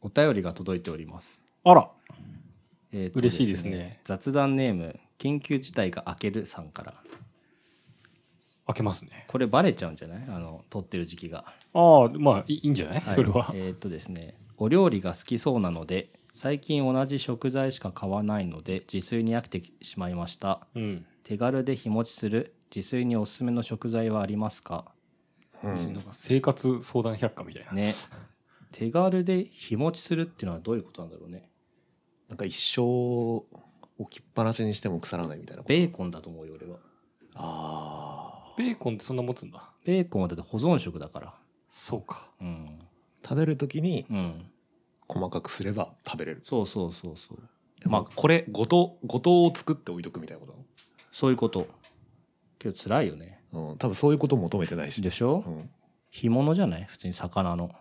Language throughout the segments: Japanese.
お便りが届いております。あら、えーと嬉しいですね雑談ネーム緊急事態が明けるさんから開けますね。これバレちゃうんじゃないあの撮ってる時期が、ああ、まあいいいいんじゃない、はいそれは。えーっとですねお料理が好きそうなので最近同じ食材しか買わないので自炊に飽きてしまいましたうん。手軽で日持ちする自炊におすすめの食材はありますかなんか生活相談百科みたいな。 ね手軽で日持ちするっていうのはどういうことなんだろうねなんか一生置きっぱなしにしても腐らないみたいなことベーコンだと思うよ俺はあベーコンってそんな持つんだ。ベーコンはだって保存食だからそう か。うんー食べる時にうん細かくすれば食べれるそうそうそうそうまあこれごとごとを作って置いとくみたいなことそういうことけど辛いよねなのうん多分そういうこと求めてないし でしょ、うん干物じゃない普通に魚の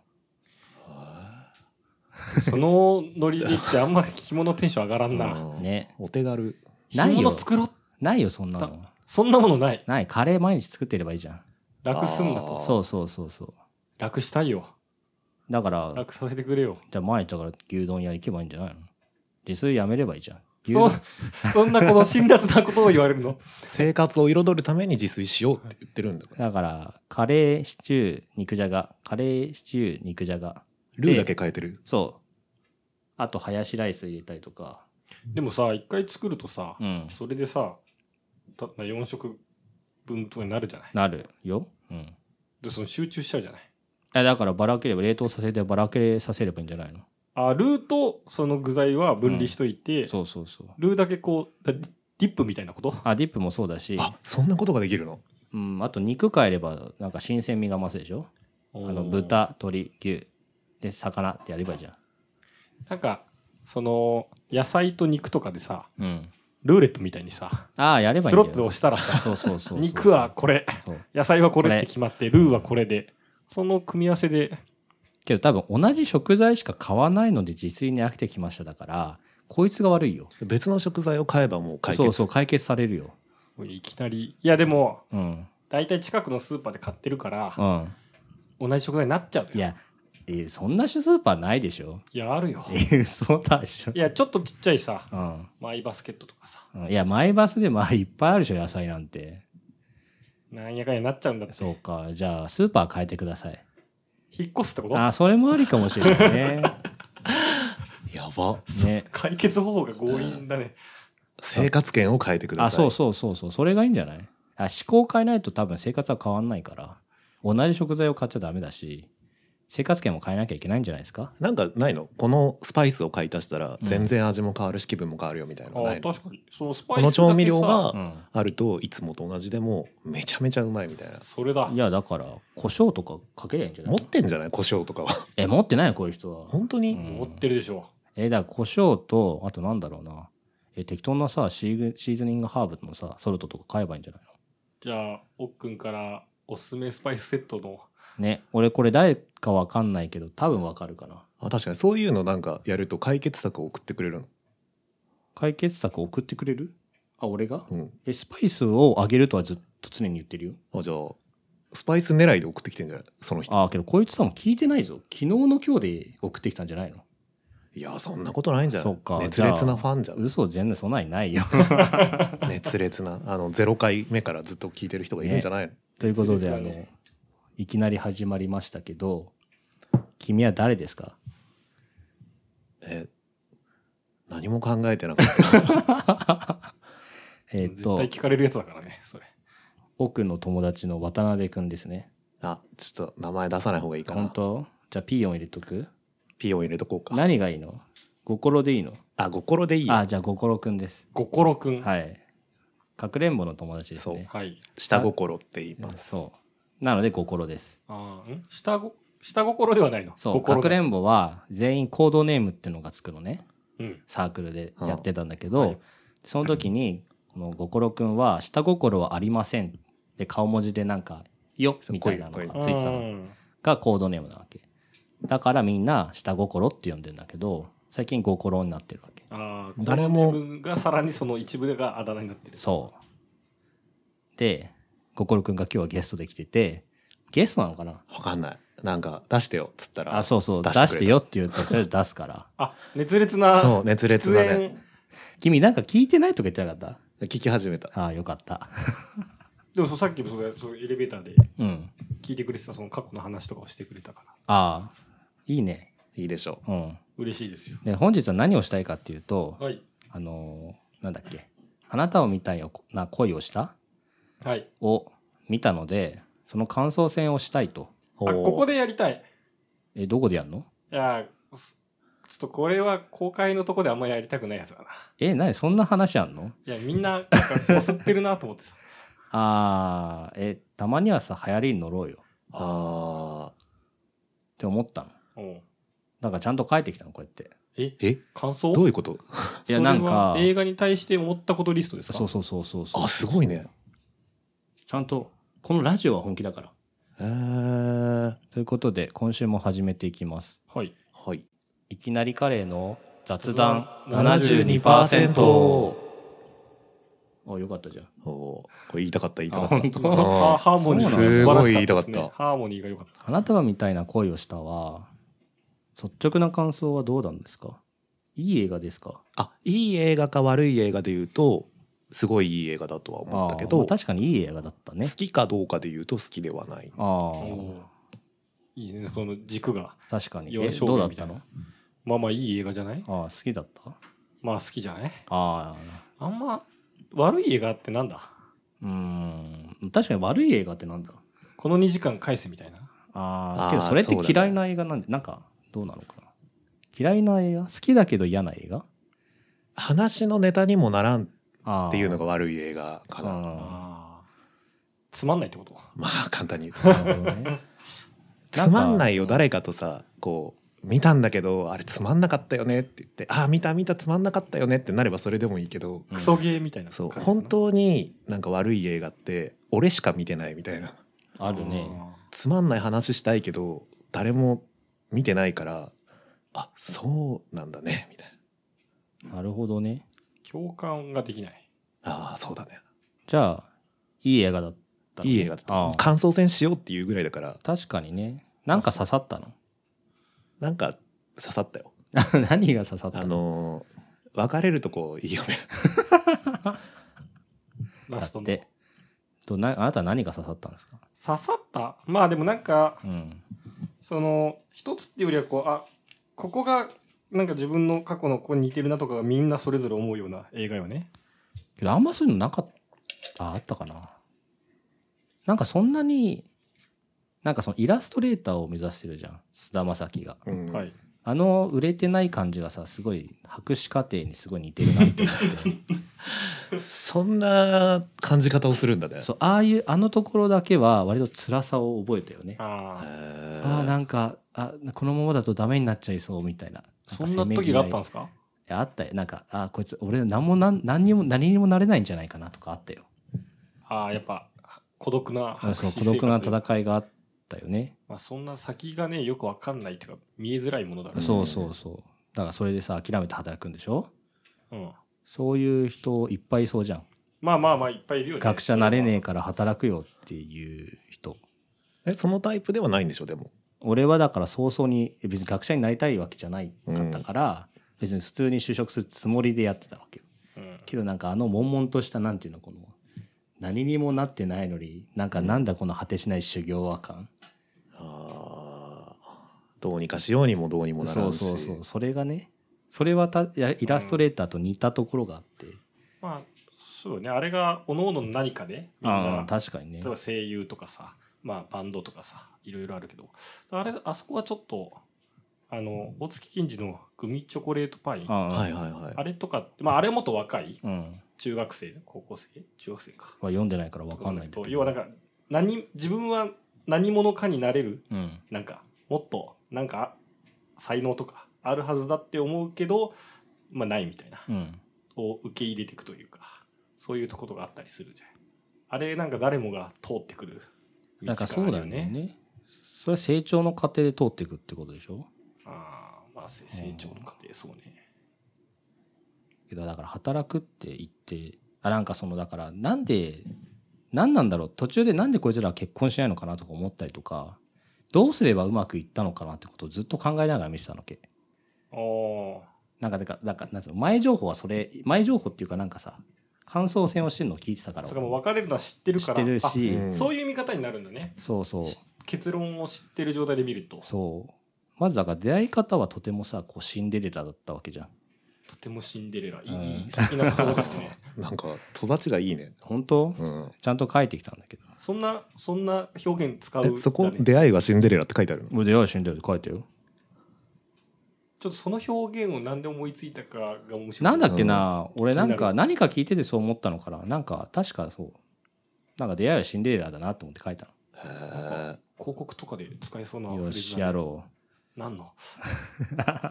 そのノリで言ってあんま着物テンション上がらんな。うんねお手軽着ないよ物作ろうないよそんなのそんなものない。ないカレー毎日作ってればいいじゃん楽すんだと。あーそうそうそうそう楽したいよ。だから楽させてくれよ。じゃあ毎日だから牛丼屋行けばいいんじゃないの自炊やめればいいじゃん牛そ丼う、そんなこの辛辣なことを言われるの。生活を彩るために自炊しようって言ってるんだからだからカレーシチュー肉じゃがカレーシチュー肉じゃがルーだけ変えてるそうあとハヤシライス入れたりとかでもさ、一回作るとさ、うんそれでさ、たまあ4食分とかになるじゃない。なるようんで、その集中しちゃうじゃない。えだからばらければ冷凍させてばらけさせればいいんじゃないのあルーとその具材は分離しといて、そうそうそうルーだけこうだディディップみたいなことあディップもそうだしあそんなことができるのうん、あと肉変えればなんか新鮮味が増すでしょああの豚鶏牛で魚ってやればいいじゃんなんかその野菜と肉とかでさうんルーレットみたいにさああやればいスいんロだッよトを押したらさそうそうそうそう肉はこれそう野菜はこれこっれて決まってルーはこれでその組み合わせでけど多分同じ食材しか買わないので自炊に飽きてきましただからこいつが悪いよ別の食材を買えばもう解決そうそう解決されるよいきなりいやでもうん大体近くのスーパーで買ってるからうん同じ食材になっちゃうのよいや、えーそんなスーパーないでしょいやあるよえーそうだでしょいやちょっとちっちゃいさうんマイバスケットとかさうんいやマイバスでまあいっぱいあるでしょ野菜なんてなんやかんやなっちゃうんだってそうかじゃあスーパー変えてください引っ越すってことあそれもありかもしれない ねやばね解決方法が強引だね。生活圏を変えてくださいあそうそうそうそうそれがいいんじゃないあ思考を変えないと多分生活は変わんないから同じ食材を買っちゃダメだし生活圏も変えなきゃいけないんじゃないですかなんかないのこのスパイスを買い足したら全然味も変わるし気分も変わるよみたいなのあないあ、の、確かに。そのスパイこスの調味料うがんあるといつもと同じでもめちゃめちゃうまいみたいないそれだい。やだから胡椒とかかけりゃいいんじゃな持いってんじゃない胡椒とかはえ持ってないよこういう人は 本当に、うん持ってるでしょ。えだから胡椒とあとなんだろうなえ適当なさシーグシーズニングハーブのさソルトとか買えばいいんじゃないのじゃあ、奥くんからおすすめスパイスセットの。ね俺これ誰かわかんないけど多分わかるかなあ確かにそういうのなんかやると解決策を送ってくれるの解決策送ってくれるあ俺がうんえスパイスをあげるとはずっと常に言ってるよあじゃあスパイス狙いで送ってきてんじゃないその人ああけどこいつさんも聞いてないぞ昨日の今日で送ってきたんじゃないのいやそんなことないんじゃなそいうか熱烈なファンじゃん嘘全然そんなにないよ熱烈なあの0回目からずっと聞いてる人がいるんじゃないの、ということで、そうあですよのねいきなり始まりましたけど君は誰ですかえ何も考えて なかったえーっ絶と対聞かれるやつだからね、それ。奥の友達の渡辺くんですねあ、ちょっと名前出さない方がいいか本な。当じゃあピーヨン入れとくピを入れとこうか。何がいいの心でいいのあ、心でいいよ。あじゃあ心くんですごころくん。はい。はいかくれんぼの友達ですね下心って言います。そうなので心ですああ、ん下ご、下心ではないの。そう心かがくれんぼは全員コードネームっていうのがつくのねうん。サークルでやってたんだけど、はいその時にこのごころくんは「下心はありません」で顔文字でなんか「よ」みたいなのそうこういうこがついてたのうんがコードネームなわけだからみんな「下心」って呼んでんだけど最近「ごころ」になってるわけああ、誰誰も。も自分がさらにその一部があだ名になってる。そうでごころくんが今日はゲストで来ててゲストなのかなわかんない。なんか出してよっつったらあ、そうそう、出出してしくれたてよって言うと、とりあえず出すから。あ、熱烈な。そう熱烈だね出演君なんか聞いてないとか言ってなかっ聞き始めたたああ、よかった。でもそうさっきもそれそのエレベーターでうん。聞いてくれてたその過去の話とかをしてくれたからああ、いいね。いいでしょうん。嬉しいですよ。で、本日は何をしたいかっていうと、はいあのーなんだっけ。あなたを見たよな恋をしたはい。を見たので、その感想戦をしたいと。うあここででやりたい。え、どこでやるのいやーすちょっとこれは公開のとこであんまりやりたくないやつだな。え、なにそんな話あんのいやみんななんかこすってるなと思ってさ。 ああ、え、たまにはさ、流行りに乗ろうよっああて思ったの。おうなんかちゃんと書いてきたの、こうやって。ええ感想どういうこといやそれはなんか映画に対して思ったことリストですかそうそうそうそうそうあ。すごいねちゃんと、このラジオは本気だから。えー、ということで、今週も始めていきます。はい。はいいきなりカレーの雑談72% 72%。おあ、よかったじゃん。ーこれ言いたかった言いたかあ、った本当。ハーハーモニーが素晴らしかったですすごい言いねた。かハーモニーが良かった。あなたはみたいな恋をしたは、率直な感想はどうなんですかいい映画ですかあいい映画か悪い映画で言うとすごいいい映画だとは思ったけあーど、まあ確かにいい映画だったね好。きかどうかで言うと好きではないああ、おういいねその軸が確かに。幼え、少どうだ期っみたたいのな。まあまあいい映画じゃないああ、好きだったまあ好きじゃないああ、あんま悪い映画ってなんだうーん。確かに悪い映画ってなんだこの2時間返せみたいなあああーけどそれってそうだね嫌いな映画なんで、なんかどうなのかな嫌いな映画好きだけど嫌な映画話のネタにもならんあーっていうのが悪い映画かなああーつまんないってことまあ簡単に言うーとなるほどねつまんないよよ誰かとさこう見たんだけどあれつまんなかったよねって言ってああ見た見たつまんなかったよねってなればそれでもいいけど、うんクソゲーみたいなそ感うじかな本当になんか悪い映画って俺しか見てないみたいなあるねつまんない話したいけど誰も見てないからあそうなんだねみたいななるほどね共感ができないああそうだねじゃあいい映画だったのいい映画だあっーた感想戦しようっていうぐらいだから確かにねなんか刺さったの なんか刺さったよ何が刺さったあののー別れるとこいいよねラストのだっ刺てどなあなたは何が刺さったんですかさったまあでもなんかうんその一つっていうよりはこうあここがなんか自分の過去のここに似てるなとかがみんなそれぞれ思うような映画よねけどあんまそういうのなかったああったかななんかそんなになんかそのイラストレーターを目指してるじゃん菅田将暉がうんはいあの売れてない感じがさすごい博士課程にすごい似てるなって思っ そんな感じ方をするんだねてそうああいうあのところだけは割と辛さを覚えたよねあああーあなんかあこのままだとダメになっちゃいそうみたいなあそんな時があったんですかいやあったよなんかあこいつ俺何もなん何にも何にもなれないんじゃないかなとかあったよああやっぱ孤独な白そう紙孤独な生活戦いがあったよね、まあ、そんな先がねよくわかんないっていうか見えづらいものだかそうそうそうだからそれでさ諦めて働くんでしょら、うん、そういう人いっぱいいそうじゃんまあまあまあいっぱいいるよね学者なれねえから働くよっていう人えそのタイプではないんでしょでも俺はだから早々に別に学者になりたいわけじゃないかったから、別に普通に就職するつもりでやってたわけようんけどなんかあの悶々としたなんていうのこの何にもなってないのになんかなんだこの果てしない修行は感、あーどうにかしようにもどうにもなそらうんしそうそうそれがねそれはたやイラストレーターと似たところがあって、まあそうよねあれが各々の何かでみんああな確かにね例えば声優とかさまあバンドとかさいろいろあるけどあれあそこはちょっとあの大月金次のグミチョコレートパイあああ、はいはいはいれとかまああれもっと若いうん中学生高校生中学生かまあ読んでないから分かんないんだけど要はなんか何自分は何者かになれるうんなんかもっとなんか才能とかあるはずだって思うけど、まあ、ないみたいなうんを受け入れていくというかそういうところがあったりするじゃんあれなんか誰もが通ってくる道なんかそうだよがあるよねそれは成長の過程で通っていくってことでしょああまあせ成長の過程そうねけどだから働くって言ってあなんかそのだからなんで何なんだろう途中でなんでこいつらは結婚しないのかなとか思ったりとかどうすればうまくいったのかなってことをずっと考えながら見てたのけあーなんかてかなんかなんつうの前情報はそれ前情報っていうかなんかさ感想戦をしてるのを聞いてたからそれかもう別れるのは知ってる知かっらてるあし、うんそういう見方になるんだねそうそう結論を知ってる状態で見るとそうまずだから出会い方はとてもさこうシンデレラだったわけじゃんとてもシンデレラいい,、うん素敵な言葉ですね なんか育ちがいいね。本当、うん。ちゃんと書いてきたんだけどそんなそんな表現使う、えそこだね出会いはシンデレラって書 いてあるの。俺出会いはシンデレラって書いてよちょっとその表現を何で思いついたかが面白いなんだっけな、俺なん気になか何か聞いててそう思ったのかななんか確かそうなんか出会いはシンデレラだなと思って書いたへえ。広告とかで使えそうなのフレよーズしだねやろ何の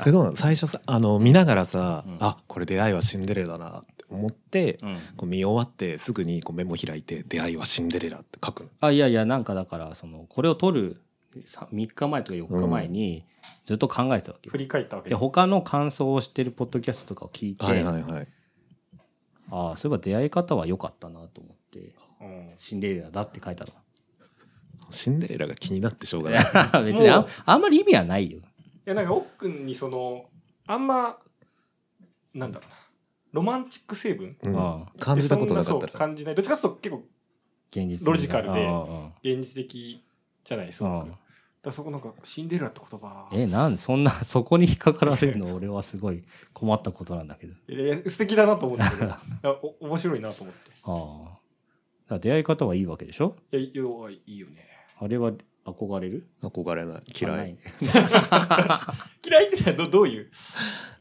それどうなの最初さあの見ながらさ、うんあこれ出会いはシンデレラだなって思って、う、うん、こう見終わってすぐにこうメモ開いて「出会いはシンデレラ」って書くの。あいやいやなんかだからそのこれを撮るさ3日前とか4日前にずっと考えてたわけよ、振り返ったわけで他の感想をしてるポッドキャストとかを聞いて、はいはいはい。ああそういえば出会い方は良かったなと思ってうんシンデレラだって書い たのシンデレラが気になってしょうがない。 別にあんあんまり意味はないよ。いやなんか奥君にそのあんまなんだろうなロマンチック成分うんああ感じたことなそかんっそうたら。感じないどっちかというと結構現実的なロジカルでうんうん現実的じゃないすごくうんだからそこなんかシンデレラって言葉えなんそんなそこに引っかかられるの俺はすごい困ったことなんだけど。いやいや素敵だなと思って けどいやお面白いなと思っああだから出会い方はいいわけでしょていやいやいいよねあれは憧れる憧れない嫌い。あなあ嫌いってどどういう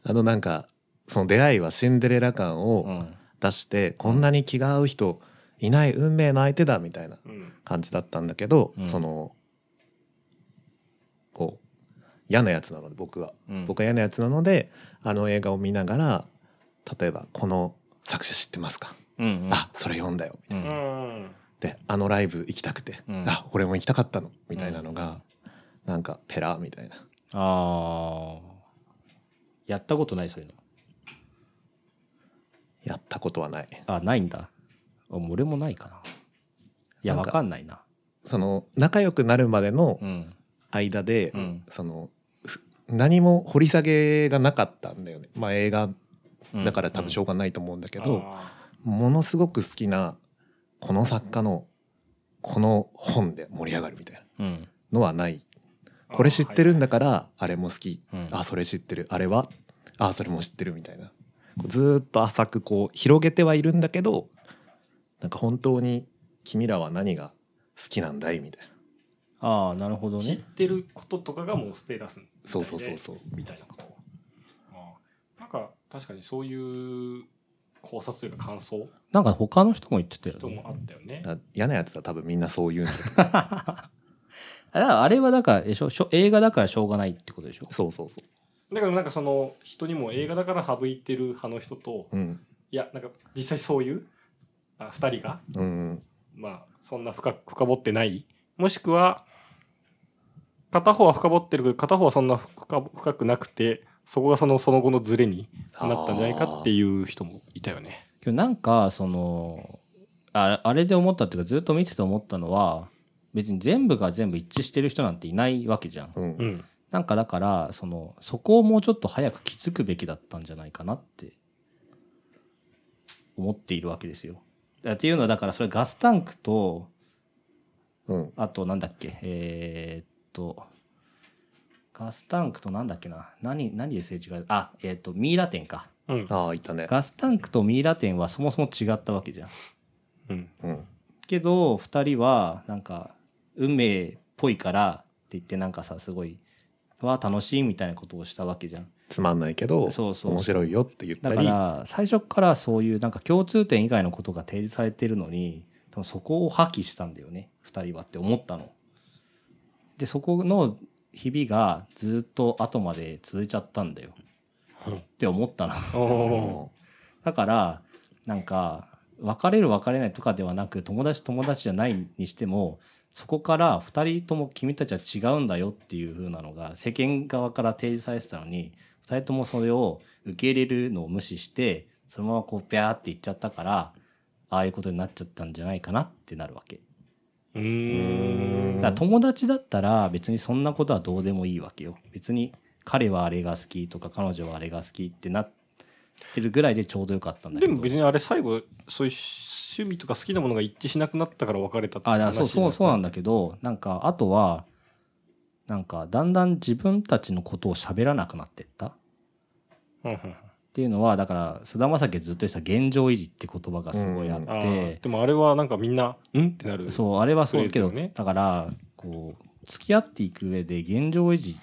のなんかその出会いはシンデレラ感うをん、出して、こんなに気が合う人いない運命の相手だみたいなうん感じだったんだけど、うんそのこう嫌なやつなので僕は、うん僕は嫌なやつなのであの映画を見ながら例えば「この作者知ってますかうんあそれ読んだよ」うんううんんであのライブ行きたくて、うんあ俺も行きたかったのみたいなのが、なんかペラみたいなああやったことないそういうのやったことはないあないんだあもう俺もないかないやなんわかかんないなその仲良くなるまでのうん間で、うんそのふ何も掘り下げがなかったんだよねまあ映画だから多分しょうがないと思うんだけど、あものすごく好きなこの作家のこの本で盛り上がるみたいなうんのはないーこれ知ってるんあだからあれも好き、うんあそれ知ってるあれはあそれも知ってるみたいなこうずーっと浅くこう広げてはいるんだけどなんか本当に君らは何が好きなんだいみたいなああなるほどーはいはい知っねてることとかがもうステータスみたいでそうそうそうそうみたいなことあーなんか確かにそういう考察というか感想なんか他の人も言ってたよとねもあったよねだ嫌なやつだ多分みんなそう言うんだとあだからあれはだからでしょしょ映画だからしょうがないってことでしょそうそうそだからなんかその人にも映画だから省いてる派の人とううんいやなんか実際そういうあ2人がうんまあそんな深く深掘ってないもしくは片方は深掘ってるけど片方はそんな深深くなくてそこがそのその後のズレになったんじゃないかっていう人もいたよね。けどなんかそのああれで思ったっていうかずっと見てて思ったのは別に全部が全部一致してる人なんていないわけじゃん。うんうん、なんかだからそのそこをもうちょっと早く気づくべきだったんじゃないかなって思っているわけですよ。だっていうのはだからそれガスタンクとうんあとなんだっけえーっとガスタンクとなんだっけな何何ですれ違うあえーっとミイラ店かうんああいたねガスタンクとミイラ店はそもそも違ったわけじゃん。うんうんけど2人はなんか運命っぽいからって言ってなんかさすごいは楽しいみたいなことをしたわけじゃんつまんないけどそうそう面白いよって言っただりから最初からそういうなんか共通点以外のことが提示されてるのに多分そこを破棄したんだよね2人はって思ったの。でそこのひびがずっと後まで続いちゃったんだよって思ったの。おだからなんか別れる別れないとかではなく友達友達じゃないにしてもそこから2人とも君たちは違うんだよっていう風なのが世間側から提示されてたのに2人ともそれを受け入れるのを無視してそのままこうピャーっていっちゃったからああいうことになっちゃったんじゃないかなってなるわけ。うーん。だから友達だったら別にそんなことはどうでもいいわけよ別に彼はあれが好きとか彼女はあれが好きってなってるぐらいでちょうどよかったんだけでども別にあれ最後そういう趣味とか好きなものが一致しなくなったから別れたってあだからそうそうそうなんだだけどなんかあとはなんかだんだん自分たちのことを喋らなくなってったっうんうんていうのはだから菅田将暉ずっと言ってた現状維持って言葉がすごいあっあーて、でもあれはなんかみんな「ん?」ってなるそうあれはそうだけど、フレーズよねだからこう付き合っていく上で現状維持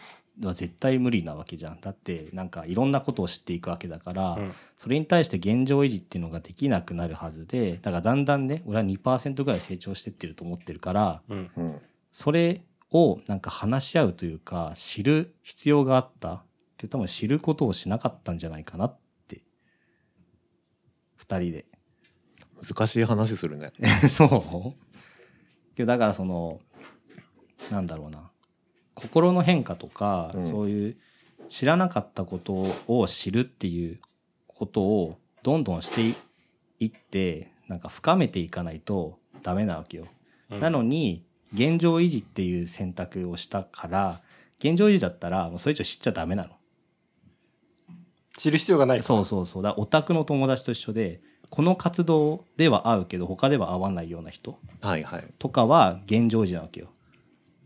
は絶対無理なわけじゃんだってなんかいろんなことを知っていくわけだから、うんそれに対して現状維持っていうのができなくなるはずでだからだんだんね俺は2%ぐらい成長してってると思ってるからうんうんそれをなんか話し合うというか知る必要があったけど多分知ることをしなかったんじゃないかなって2人で。難しい話するね。 そうけどだからそのなんだろうな心の変化とか、うんそういう知らなかったことを知るっていうことをどんどんしていいってなんか深めていかないとダメなわけよ。うんなのに現状維持っていう選択をしたから現状維持だったらもうそれ以上知っちゃダメなの。知る必要がないそうそうそうだからオタクの友達と一緒でこの活動では会うけど他では会わないような人。はいはい。とかは現状維持なわけよ。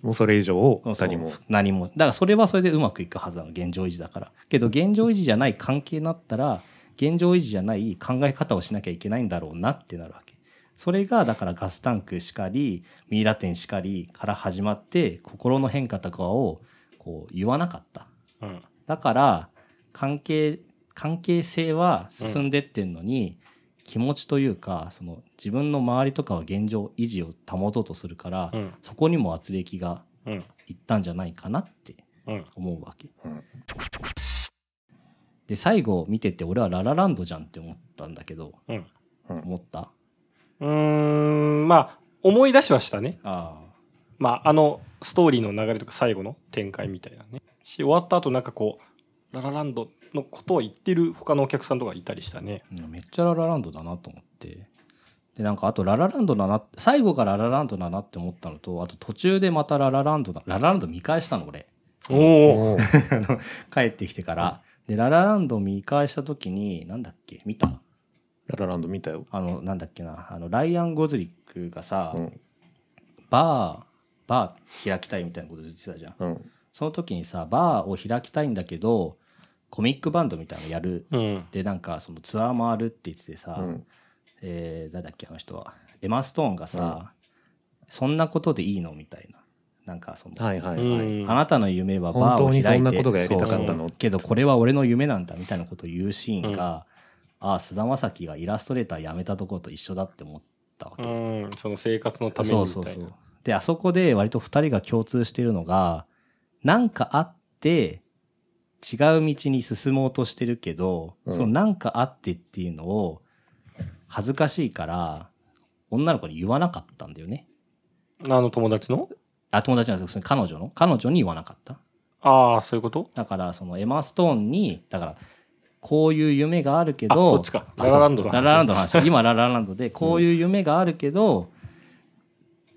もうそれ以上をそうそう何も。何も。だからそれはそれでうまくいくはずなの、現状維持だから。けど現状維持じゃない関係になったら、現状維持じゃない考え方をしなきゃいけないんだろうなってなるわけ。それがだからガスタンクしかり、ミイラ店しかりから始まって、心の変化とかをこう言わなかった。うんだから関係関係性は進んでってんのに、気持ちというかその自分の周りとかは現状維持を保とうとするから、うんそこにも圧力がうんいったんじゃないかなってうん思うわけうんで最後見てて俺はララランドじゃんって思ったんだけどうん思ったうーんまあ思い出しはしたねあまああのストーリーの流れとか最後の展開みたいなねし終わった後なんかこう「ララランド」のことを言ってる他のお客さんとかいたりしたねあめっちゃララランドだなと思ってでなんかあとララランドだなって最後がララランドだなって思ったのとあと途中でまたララランドだララランド見返したの 俺おおお帰ってきてから、でララランドを見返した時になんだっけ見たララランド見たよ。あのなんだっけなあのライアン・ゴズリックがさ、うんバーバー開きたいみたいなこと言ってたじゃんうん。その時にさバーを開きたいんだけどコミックバンドみたいなのやるうんでなんかそのツアー回るって言っててさ、うん。えー、誰だっけあの人はエマ・ストーンがさ、そんなことでいいのみたいななんかそのはいはいはい。うんあなたの夢はバーを開いて本当にそんなことがやりたかったのそうけどこれは俺の夢なんだみたいなことを言うシーンが、ああ菅田将暉がイラストレーター辞めたところと一緒だって思ったわけ、うんその生活のためにそみうたいそなうそうであそこで割と2人が共通しているのが何かあって違う道に進もうとしてるけど、うんその何かあってっていうのを恥ずかしいから女の子に言わなかったんだよねあの友達のあ友達なんですけど彼女の彼女に言わなかったああそういうことだからそのエマ・ストーンにだからこういう夢があるけどあそっちかあララランドのそう話ララランドの話今ララランドでこういう夢があるけど、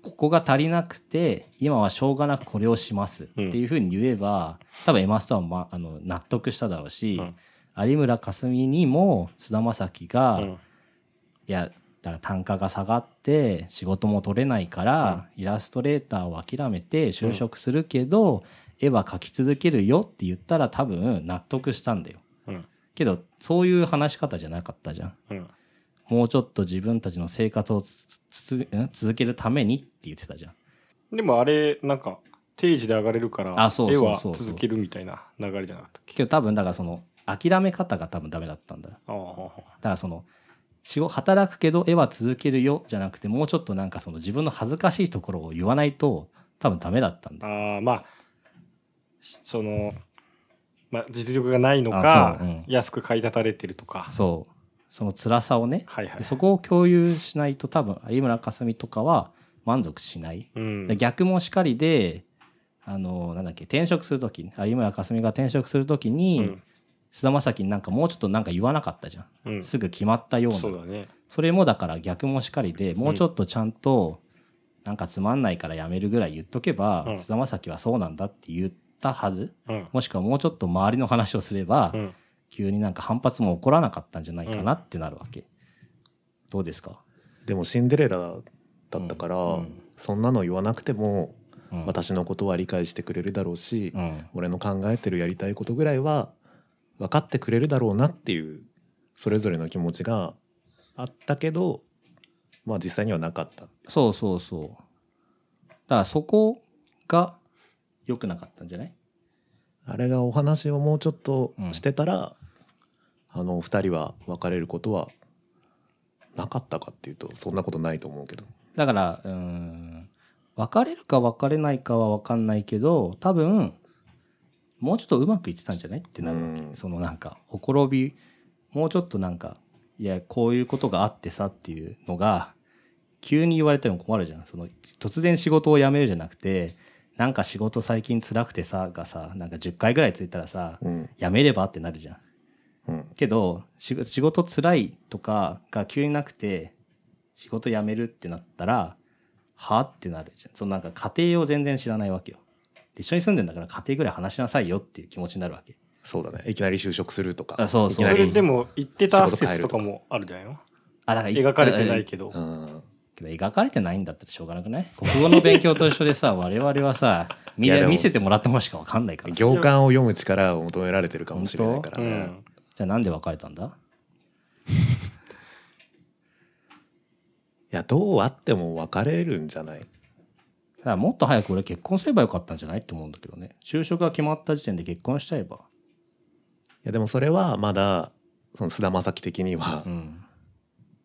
ここが足りなくて今はしょうがなくこれをしますっていうふうに言えば、多分エマ・ストーンは、ま、あの納得しただろうし、有村架純にも菅田将暉が、うんいやだから単価が下がって仕事も取れないから、イラストレーターを諦めて就職するけど、絵は描き続けるよって言ったら多分納得したんだようんけどそういう話し方じゃなかったじゃんうんもうちょっと自分たちの生活をつつつん続けるためにって言ってたじゃんでもあれなんか定時で上がれるからあそう絵そうはそう続けるみたいな流れじゃなかったっけけど多分だからその諦め方が多分ダメだったんだだかああらその仕事働くけど絵は続けるよじゃなくてもうちょっとなんかその自分の恥ずかしいところを言わないと多分ダメだったんだあーまあしその、まあ、実力がないのあか、そううん安く買い立たれてるとかそうその辛さをね、はいはいでそこを共有しないと多分有村架純とかは満足しない、うんで逆もしかりであのなんだっけ転職する時有村架純が転職する時うにん菅、田将暉になんかもうちょっとなんか言わなかったじゃん、うんすぐ決まったようなそそうだねれもだから逆もしかりでもうちょっとちゃんと、なんかつまんないからやめるぐらい言っとけばうん菅、田将暉はそうなんだって言ったはずうんもしくはもうちょっと周りの話をすれば、うん急になんか反発も起こらなかったんじゃないかなってなるわけ、どうですか、でもシンデレラだったから、うんそんなの言わなくてもうん私のことは理解してくれるだろうし、うん俺の考えてるやりたいことぐらいは分かってくれるだろうなっていうそれぞれの気持ちがあったけどまあ実際にはなかったそうそうそうだからそこが良くなかったんじゃないあれがお話をもうちょっとしてたら、あのお二人は別れることはなかったかっていうとそんなことないと思うけどだからうーん別れるか別れないかは分かんないけど多分もうちょっとうまくいってたんじゃないってなるわけ、うんそのなんかほころびもうちょっとなんかいやこういうことがあってさっていうのが急に言われても困るじゃんその突然仕事を辞めるじゃなくてなんか仕事最近辛くてさがさなんか10回ぐらいついたらさ、うん辞めればってなるじゃんうんけど仕事仕事つらいとかが急になくて仕事辞めるってなったらはあってなるじゃんそのなんか家庭を全然知らないわけよで一緒に住んでんだから家庭ぐらい話しなさいよっていう気持ちになるわけそうだねいきなり就職するとかあそうそうきなそりれでも言ってた説とかもあるじゃないのあだから描かれてないけけどう。んど描かれてないんだったらしょうがなくない国語の勉強と一緒でさ我々はさみんいやなでも見せてもらったものしか分かんないからさじ行間を読む力を求められてるかもしれないからうね、ん。ゃあなんで別れたんだいやどうあっても別れるんじゃないだからもっと早く俺結婚すればよかったんじゃないって思うんだけどね就職が決まった時点で結婚しちゃえばいやでもそれはまだその菅田将暉的にはうん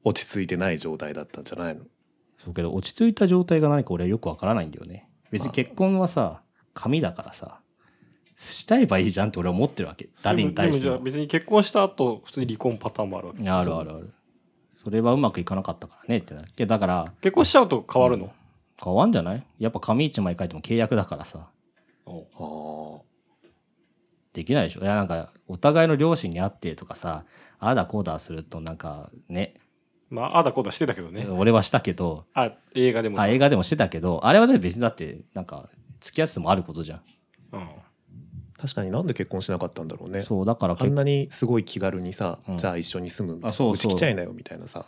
落ち着いてない状態だったんじゃないの、そうけど落ち着いた状態が何か俺はよくわからないんだよね別に結婚はさ紙だからさしたいばいいじゃんって俺は思ってるわけ誰に対してでもでもじゃあも別に結婚した後、普通に離婚パターンもあるわけ。あるあるあるそれはうまくいかなかったからねってなるけどだから結婚しちゃうと変わるの変わんじゃないやっぱ紙一枚書いても契約だからさあできないでしょいやなんかお互いの両親に会ってとかさああだこうだするとなんかねまあ、あだこうだしてたけどね。俺はしたけどあ、映画でも。あ映画でもしてたけどあれはだって別にだってなんか付き合っててもあることじゃんうん。あ確かになんで結婚しなかったんだろうねそうだからあ結んなにすごい気軽にさ、うんじゃあ一緒に住むみたいあそうなそううち来ちゃいなよみたいなさ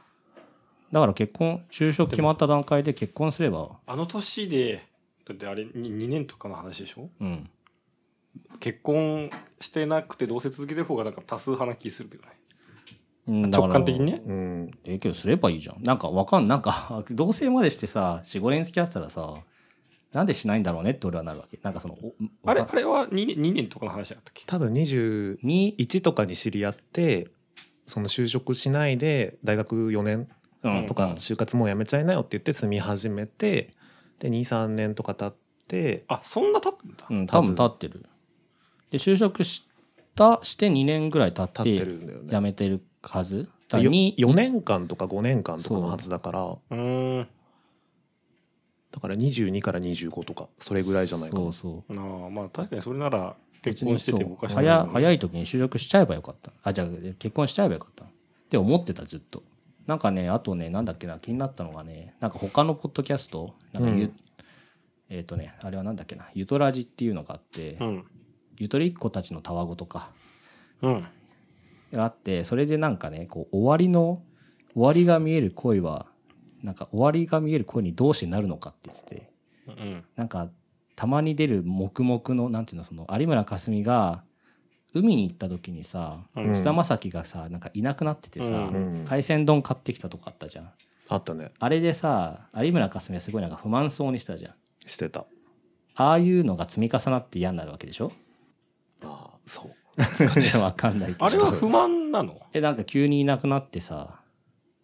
だから結婚就職決まった段階で結婚すればあの年で、だってあれ、に2年とかの話でしょうん結婚してなくて同棲続けてる方がなんか多数派な気するけどね。うん直感的にねだか。うんらえけどすればいいじゃんなんかわかんなんか 同棲までしてさ45年付き合ってたらさなんでしないんだろうねって俺はなるわけなんかそのおあれ、わあかれは2年 ,2 年とかの話だったっけ多分21にとかに知り合ってその就職しないで大学4年うんとか就活もうやめちゃいなよって言って住み始めてで23年とか経ってあ、そんな経ったんだ。うん多分経ってるで就職したして2年ぐらい経って経ってるんだよ辞ねめてるはずだからに4年間とか5年間とかのはずだからうーん。だから22から25とかそれぐらいじゃないかそなうそうあーまあ、確かにそれなら結婚しててもおかしくそなうい早早い時に就職しちゃえばよかったあじゃあ結婚しちゃえばよかったって思ってたずっとなんかねあとねなんだっけな気になったのがねなんか他のポッドキャストなんかゆ、えっ、とねあれはなんだっけなゆとらじっていうのがあって、うん。ゆとりっ子たちのたわごとかうん。があってそれでなんかねこう終わりの終わりが見える恋はなんか終わりが見える恋にどうしてなるのかって言っててうん。なんかたまに出る黙々のなんていうのその有村架純が海に行った時にさうん菅、田将暉がさなんかいなくなっててさ、うん海鮮丼買ってきたとこあったじゃんあったねあれでさ有村架純はすごいなんか不満そうにしたじゃんしてたああいうのが積み重なって嫌になるわけでしょああそう わかんないけどあれは不満なのえなんか急にいなくなってさ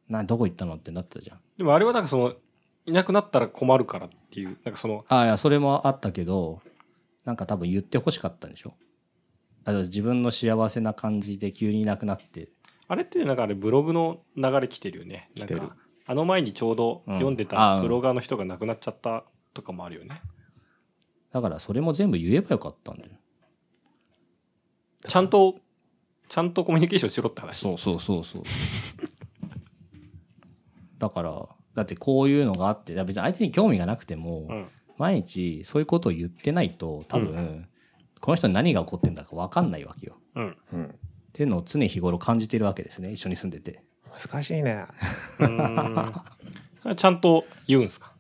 などこ行ったのってなってたじゃんでもあれはなんかその、いなくなったら困るからっていう、なんかその、あいやそれもあったけどなんか多分言ってほしかったんでしょあの自分の幸せな感じで急にいなくなってあれってなんかあれブログの流れ来てるよね。来てるなんかあの前にちょうど読んでうんあたうんブロガーの人が亡くなっちゃったとかもあるよね。だからそれも全部言えばよかったんだよちゃんと、ちゃんとコミュニケーションしろって話。そうそうそうそう だからだってこういうのがあって、だから別に相手に興味がなくても、うん毎日そういうことを言ってないと、多分、うこの人に何が起こってんだか分かんないわけよ。うんうん、っていうのを常日頃感じてるわけですね、一緒に住んでて。難しいね。うーんちゃんと言うんすか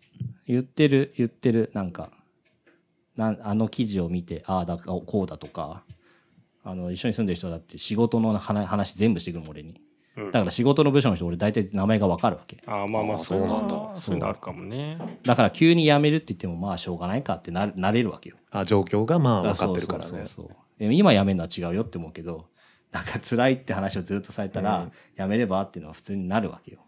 言ってる、言ってる、なんか、なんあの記事を見て、ああだか、こうだとか、あの、一緒に住んでる人だって仕事の話話全部してくるもん俺に。うんだから仕事の部署の人、俺大体名前が分かるわけ。あーまあまああーそうなんだそういうのあるかもねだから急に辞めるって言っても、まあしょうがないかってななれるわけよ。あ状況がまあ分かってるからそうそねう。そうそうでも今辞めるのは違うよって思うけど、なんか辛いって話をずっとされたら、辞めればっていうのは普通になるわけよ。っ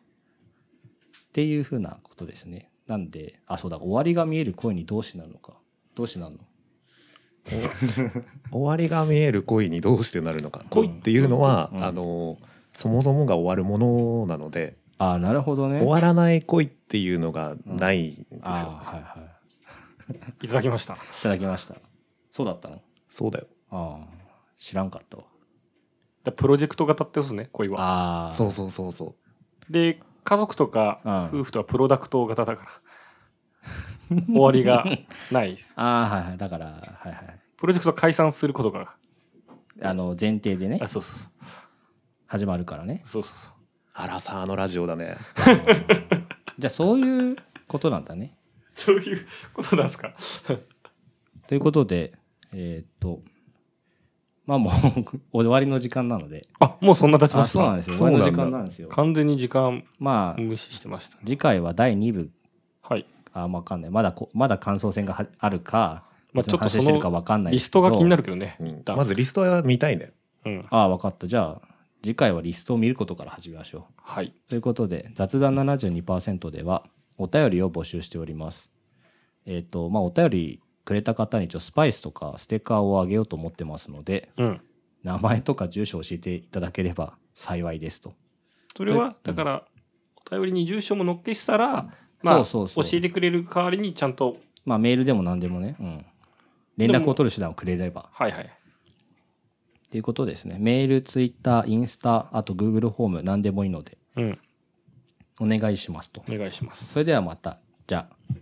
ていうふうなことですね。なんで、あ、そうだ、終わりが見える恋にどうしなるのか。どうしなるの終わりが見える恋にどうしてなるのか。恋っていうのは、あのそもそもが終わるものなので、あなるほどね。終わらない恋っていうのがないんですよ。あはいはい。いただきましたいただきました。そうだったのそうだよ。ああ、知らんかったわ。だプロジェクト型ってことですね恋はああ、そうそうそうそう。で家族とかうん夫婦とはプロダクト型だから終わりがないああ、はいはい。だから、はいはい。プロジェクト解散することがあの、前提でねあ、そうそうそう始まるからね。そうそうそうアラサーのラジオだね。じゃあ、そういうことなんだね。そういうことなんですか ということで、えーっと、まあもう終わりの時間なので。あもうそんな経ちまあ、しそうなんたですよ。そ終うわなりんのだ時間なんですよ。完全に時間まあ、無視してました次回は第2部、はいあ、まあわかんない。まだこ、まだ感想戦がはあるか、まあ別の話してるかわかんないリストが気になる。るけどね、うんだまずリストは見たいね。うんああ、わかった。じゃあ、次回はリストを見ることから始めましょう。はいということで雑談72%ではお便りを募集しております。えっ、とまあお便りくれた方に一応スパイスとかステッカーをあげようと思ってますのでうん名前とか住所を教えていただければ幸いですと。それはだからお便りに住所も載っけしたらまあそうそうそう教えてくれる代わりにちゃんとまあメールでも何でもね、うん、連絡を取る手段をくれればはいはいということですね。メール、ツイッター、インスタ、あと Google ホーム何でもいいのでうんお願いしますと。お願いしますそれではまた。じゃあ。